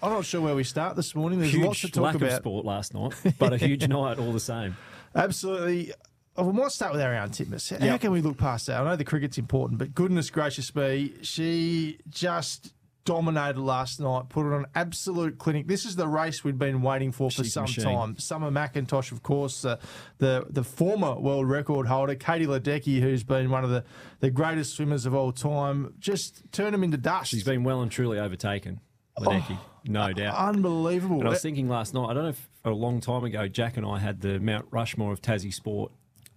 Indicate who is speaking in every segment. Speaker 1: I'm not sure where we start this morning. There's
Speaker 2: huge
Speaker 1: lots to talk
Speaker 2: lack
Speaker 1: about.
Speaker 2: of sport last night, but a huge night all the same.
Speaker 1: Absolutely. Oh, we might start with Ariane Titmus. How
Speaker 2: Yep.
Speaker 1: can we look past that? I know the cricket's important, but goodness gracious me, she just dominated last night, put it on absolute clinic. This is the race we'd been waiting for for
Speaker 2: She's a
Speaker 1: some
Speaker 2: machine.
Speaker 1: time. Summer McIntosh, of course, uh, the the former world record holder, Katie Ledecky, who's been one of the, the greatest swimmers of all time, just turned him into dust.
Speaker 2: She's been well and truly overtaken, Ledecky,
Speaker 1: Oh.
Speaker 2: no doubt.
Speaker 1: unbelievable.
Speaker 2: And I was thinking last night, I don't know if a long time ago, Jack and I had the Mount Rushmore of Tassie sport.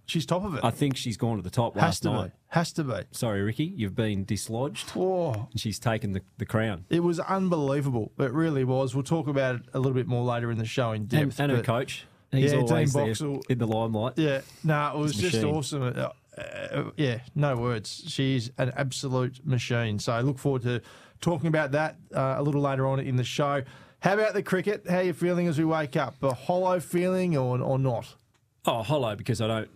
Speaker 1: She's top of it.
Speaker 2: I think she's gone to the top
Speaker 1: Has
Speaker 2: last
Speaker 1: to
Speaker 2: night.
Speaker 1: be. Has to be.
Speaker 2: Sorry, Ricky, you've been dislodged.
Speaker 1: Whoa.
Speaker 2: She's taken the, the crown.
Speaker 1: It was unbelievable. It really was. We'll talk about it a little bit more later in the show in
Speaker 2: And,
Speaker 1: depth.
Speaker 2: and her
Speaker 1: but-
Speaker 2: coach, he's
Speaker 1: Yeah, Dean
Speaker 2: always there
Speaker 1: Boxall.
Speaker 2: in the limelight.
Speaker 1: Yeah, no, it was just
Speaker 2: machine.
Speaker 1: awesome. Uh, uh, yeah, no words. She's an absolute machine. So I look forward to talking about that uh, a little later on in the show. How about the cricket? How are you feeling as we wake up? A hollow feeling or, or not?
Speaker 2: Oh, hollow because I don't.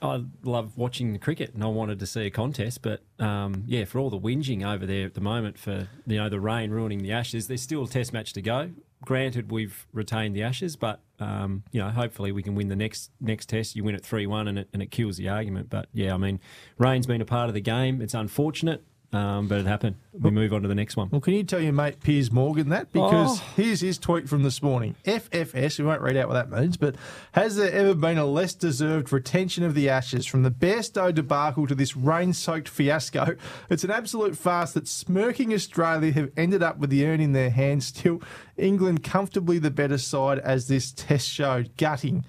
Speaker 2: I love watching the cricket, and I wanted to see a contest, but um, yeah, for all the whinging over there at the moment, for you know the rain ruining the Ashes, there's still a Test match to go. Granted, we've retained the Ashes, but um, you know, hopefully we can win the next next Test. You win it three one, and it and it kills the argument. But yeah, I mean, rain's been a part of the game. It's unfortunate, um, but it happened. We move on to the next one.
Speaker 1: Well, can you tell your mate Piers Morgan that? Because
Speaker 2: Oh.
Speaker 1: here's his tweet from this morning. FFS, we won't read out what that means, but has there ever been a less deserved retention of the ashes from the Bairstow debacle to this rain soaked fiasco? It's an absolute farce that smirking Australia have ended up with the urn in their hands, still England comfortably the better side as this test showed. Gutting.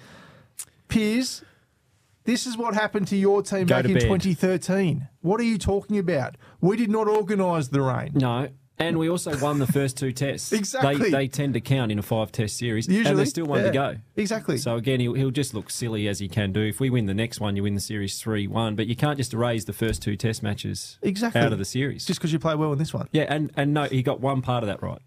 Speaker 1: Piers, this is what happened to your team
Speaker 2: Go
Speaker 1: back
Speaker 2: to
Speaker 1: in
Speaker 2: bed.
Speaker 1: 2013. What are you talking about? We did not organise the rain.
Speaker 2: No. And we also won the first two tests.
Speaker 1: Exactly.
Speaker 2: They, they tend to count in a five test series.
Speaker 1: Usually,
Speaker 2: and there's still one
Speaker 1: yeah,
Speaker 2: to go.
Speaker 1: Exactly.
Speaker 2: So again, he'll, he'll just look silly as he can do. If we win the next one, you win the series three one, but you can't just erase the first two Test matches
Speaker 1: Exactly.
Speaker 2: out of the series.
Speaker 1: just because you play well in this one.
Speaker 2: yeah, and and no, he got one part of that right.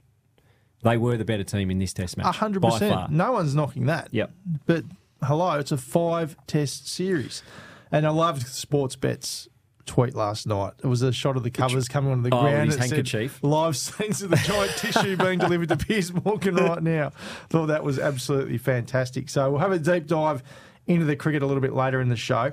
Speaker 2: They were the better team in this Test
Speaker 1: A
Speaker 2: match,
Speaker 1: hundred
Speaker 2: by far.
Speaker 1: percent. No one's knocking that.
Speaker 2: Yep.
Speaker 1: But hello, it's a five test series. And I loved sports bets tweet last night. It was a shot of the covers coming onto the
Speaker 2: Oh, with
Speaker 1: ground.
Speaker 2: his
Speaker 1: It said,
Speaker 2: handkerchief.
Speaker 1: Live scenes of the giant tissue being delivered to Piers Morgan right now. Thought that was absolutely fantastic. So we'll have a deep dive into the cricket a little bit later in the show.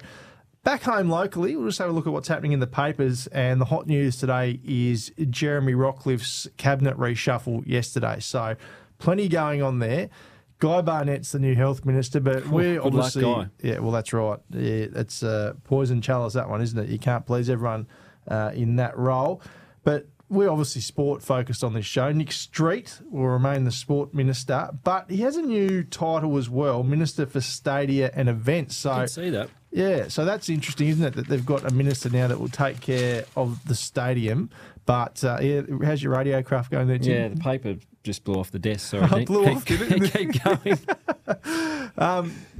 Speaker 1: Back home locally, we'll just have a look at what's happening in the papers. And the hot news today is Jeremy Rockcliffe's cabinet reshuffle yesterday. So plenty going on there. Guy Barnett's the new health minister, but we're
Speaker 2: good luck,
Speaker 1: obviously
Speaker 2: Guy.
Speaker 1: yeah, well, that's right. Yeah, it's uh, poison chalice, that one, isn't it? You can't please everyone uh, in that role. But we're obviously sport focused on this show. Nick Street will remain the sport minister, but he has a new title as well Minister for Stadia and Events.
Speaker 2: I
Speaker 1: So,
Speaker 2: can see that.
Speaker 1: yeah, so that's interesting, isn't it? That they've got a minister now that will take care of the stadium. But uh, yeah, how's your radio craft going there, Tim?
Speaker 2: Yeah, the paper just blew off the desk. Sorry, Nick.
Speaker 1: blew
Speaker 2: keep,
Speaker 1: off, did it?
Speaker 2: keep going.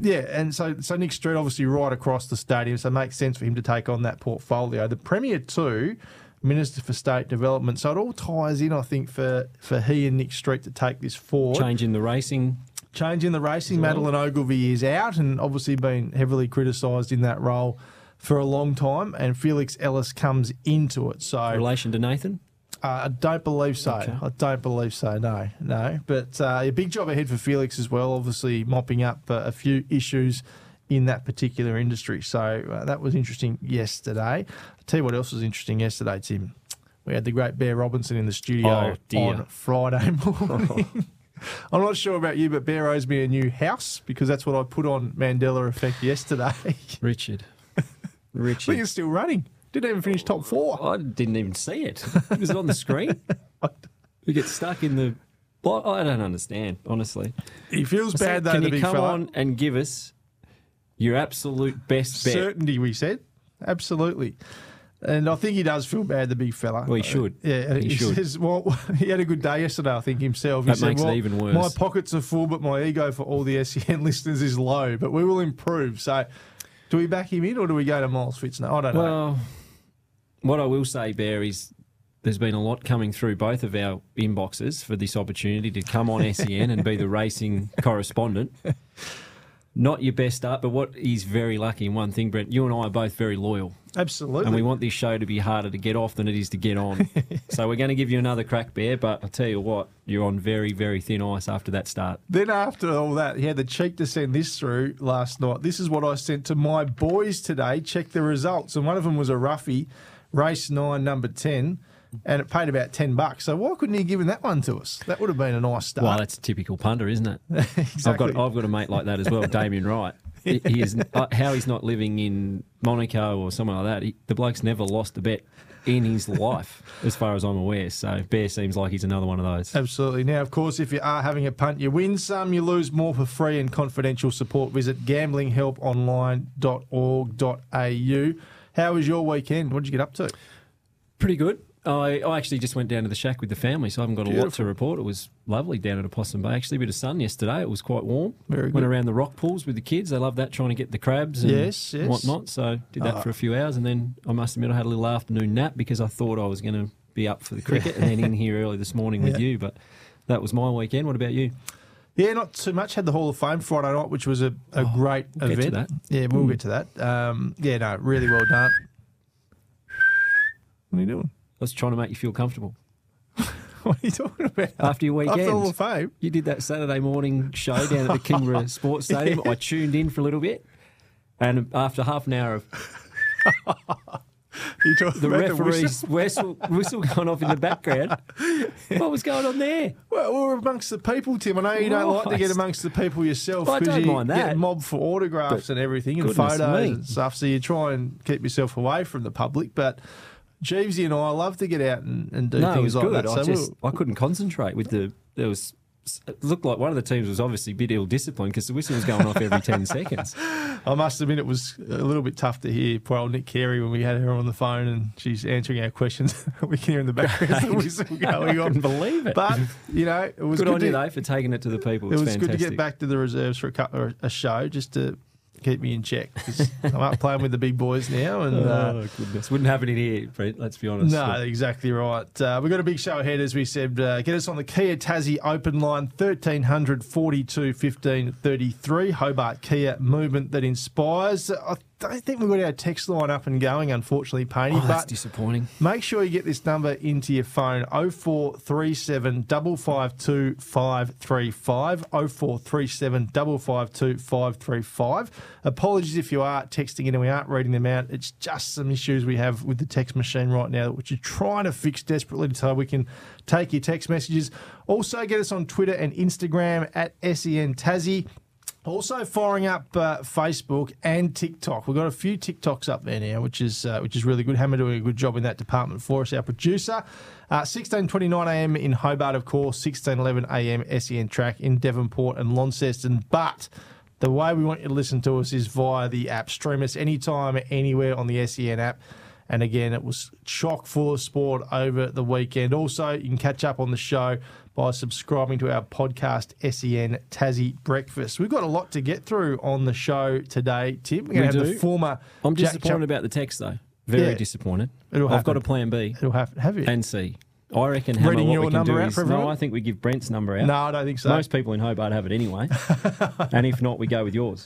Speaker 1: Yeah, and so so Nick Street obviously right across the stadium, so it makes sense for him to take on that portfolio. The Premier too, Minister for State Development. So it all ties in, I think, for for he and Nick Street to take this forward.
Speaker 2: Changing the racing.
Speaker 1: Changing the racing,
Speaker 2: well.
Speaker 1: Madeline Ogilvy is out and obviously been heavily criticised in that role for a long time, and Felix Ellis comes into it. So
Speaker 2: Relation to Nathan.
Speaker 1: uh, I don't believe so. I don't believe so. No, no. But uh, a big job ahead for Felix as well. Obviously, mopping up uh, a few issues in that particular industry. So uh, that was interesting yesterday. I'll tell you what else was interesting yesterday, Tim. We had the great Bear Robinson in the studio
Speaker 2: Oh, dear.
Speaker 1: on Friday morning. I'm not sure about you, but Bear owes me a new house because that's what I put on Mandela Effect yesterday. I
Speaker 2: Richard.
Speaker 1: think
Speaker 2: Richard.
Speaker 1: it's still running. Didn't even finish top four.
Speaker 2: I didn't even see it. Was it on the screen? We get stuck in the. Well, I don't understand, honestly.
Speaker 1: He feels
Speaker 2: So
Speaker 1: bad though.
Speaker 2: Can
Speaker 1: the
Speaker 2: you
Speaker 1: big
Speaker 2: come
Speaker 1: fella.
Speaker 2: on and give us your absolute best bet?
Speaker 1: certainty. We said absolutely, and I think he does feel bad, the big fella. Uh,
Speaker 2: Well, he should.
Speaker 1: Yeah,
Speaker 2: He should.
Speaker 1: says, "Well, he had a good day yesterday. I think himself. He
Speaker 2: That
Speaker 1: said,
Speaker 2: makes it
Speaker 1: well,
Speaker 2: even worse.
Speaker 1: My pockets are full, but my ego for all the SEN listeners is low. But we will improve. So, do we back him in or do we go to Miles Fitzner? I don't know.
Speaker 2: Well, what I will say, Bear, is there's been a lot coming through both of our E inboxes for this opportunity to come on SEN and be the racing correspondent. not your best start, but what is very lucky in one thing, Brent, you and I are both very loyal.
Speaker 1: Absolutely.
Speaker 2: And we want this show to be harder to get off than it is to get on. so we're going to give you another crack, Bear, but I'll tell you what, you're on very, very thin ice after that start.
Speaker 1: Then after all that, he had the cheek to send this through last night. This is what I sent to my boys today. Check the results, and one of them was a roughie, race nine, number ten, and it paid about ten bucks. So why couldn't he have given that one to us? That would have been a nice start.
Speaker 2: Well, that's a typical punter, isn't it? I've got I've got a mate like that as well, Damien Wright. He he is uh, how he's not living in Monaco or somewhere like that. He, the bloke's never lost a bet in his life, as far as I'm aware. So Bear seems like he's another one of those.
Speaker 1: Absolutely. Now, of course, if you are having a punt, you win some, you lose more for free and confidential support. Visit gamblinghelponline.org.au. How was your weekend? What did you get up to?
Speaker 2: Pretty good. I, I actually just went down to the shack with the family, so I haven't got a lot to
Speaker 1: Beautiful.
Speaker 2: report. It was lovely down at Opossum Bay. Actually, a bit of sun yesterday. It was quite warm.
Speaker 1: Very good.
Speaker 2: Went around the rock pools with the kids. They love that, trying to get the crabs and
Speaker 1: Yes, Uh, yes.
Speaker 2: whatnot. So did that for a few hours, and then I must admit I had a little afternoon nap because I thought I was going to be up for the cricket, and then in here early this morning with
Speaker 1: Yeah.
Speaker 2: you. But that was my weekend. What about you?
Speaker 1: Yeah, not too much. Had the Hall of Fame Friday night, which was a, a great
Speaker 2: Oh, we'll get
Speaker 1: event.
Speaker 2: to Hmm.
Speaker 1: Yeah, we'll get to that. Um, yeah, no, really well done. What are you doing?
Speaker 2: I was trying to make you feel comfortable
Speaker 1: What are you talking about?
Speaker 2: after your weekend.
Speaker 1: After the Hall of Fame?
Speaker 2: You did that Saturday morning show down at the Kingra Sports Stadium. I tuned in for a little bit, and after half an hour of
Speaker 1: You talking
Speaker 2: the
Speaker 1: about
Speaker 2: referee's whistle, whistle going off in the background. what was going on there?
Speaker 1: Well, we're amongst the people, Tim. I know you don't like to get
Speaker 2: Oh, Christ.
Speaker 1: amongst the people yourself
Speaker 2: Well, I don't
Speaker 1: you
Speaker 2: mind
Speaker 1: get
Speaker 2: that.
Speaker 1: mobbed for autographs
Speaker 2: But
Speaker 1: and everything and
Speaker 2: goodness
Speaker 1: photos
Speaker 2: me.
Speaker 1: and stuff. So you try and keep yourself away from the public. But Jeevesy and I love to get out and, and do
Speaker 2: No, it
Speaker 1: things
Speaker 2: was
Speaker 1: like
Speaker 2: good.
Speaker 1: that.
Speaker 2: I
Speaker 1: So
Speaker 2: just
Speaker 1: we'll-
Speaker 2: I couldn't concentrate with the there was. It looked like one of the teams was obviously a bit ill disciplined because the whistle was going off every ten seconds.
Speaker 1: I must admit it was a little bit tough to hear poor old Nick Carey when we had her on the phone and she's answering our questions. we can hear in the background the whistle
Speaker 2: I
Speaker 1: going
Speaker 2: couldn't
Speaker 1: on.
Speaker 2: believe it.
Speaker 1: But you know, it was
Speaker 2: good,
Speaker 1: good
Speaker 2: on
Speaker 1: to,
Speaker 2: you though for taking it to the people.
Speaker 1: It
Speaker 2: It's
Speaker 1: was
Speaker 2: fantastic.
Speaker 1: good to get back to the reserves for a, cou- or a show just to keep me in check 'cause I'm up playing with the big boys now and. Uh,
Speaker 2: Oh goodness! Wouldn't happen in here, Brent. Let's be honest.
Speaker 1: No, exactly right. Uh, we've got a big show ahead, as we said. Uh, get us on the Kia Tassie open line, 1300 42 15 33. Hobart Kia movement that inspires. Uh, I don't think we've got our text line up and going, unfortunately, Paney,
Speaker 2: oh, that's
Speaker 1: but
Speaker 2: disappointing.
Speaker 1: make sure you get this number into your phone 0437 552 535. 0437 552 535. Apologies if you are texting in and we aren't reading them out. It's just some issues we have with the text machine right now, which we're trying to fix desperately so we can take your text messages. Also, get us on Twitter and Instagram at SEN Tassie. Also firing up uh, Facebook and TikTok. We've got a few TikToks up there now, which is uh, which is really good. Hammer doing a good job in that department for us. Our producer, uh, sixteen twenty nine a.m. in Hobart, of course, sixteen eleven a.m. SEN E track in Devonport and Launceston. But the way we want you to listen to us is via the app. Stream us anytime, anywhere on the SEN app. And again, it was chock full of sport over the weekend. Also, you can catch up on the show by subscribing to our podcast, SEN Tassie Breakfast. We've got a lot to get through on the show today, Tim. We're going to
Speaker 2: We
Speaker 1: have
Speaker 2: do.
Speaker 1: the former.
Speaker 2: I'm
Speaker 1: Jack
Speaker 2: disappointed
Speaker 1: Chap-
Speaker 2: about the text though. Very
Speaker 1: Yeah.
Speaker 2: disappointed.
Speaker 1: It'll
Speaker 2: I've got
Speaker 1: happen.
Speaker 2: a plan B
Speaker 1: It'll have, have you?
Speaker 2: and C. I reckon Hammer,
Speaker 1: Reading
Speaker 2: what
Speaker 1: your
Speaker 2: we can
Speaker 1: number
Speaker 2: do
Speaker 1: out
Speaker 2: is
Speaker 1: for
Speaker 2: no.
Speaker 1: everyone?
Speaker 2: I think we give Brent's number out.
Speaker 1: no, I don't think so.
Speaker 2: Most people in Hobart have it anyway, and if not, we go with yours.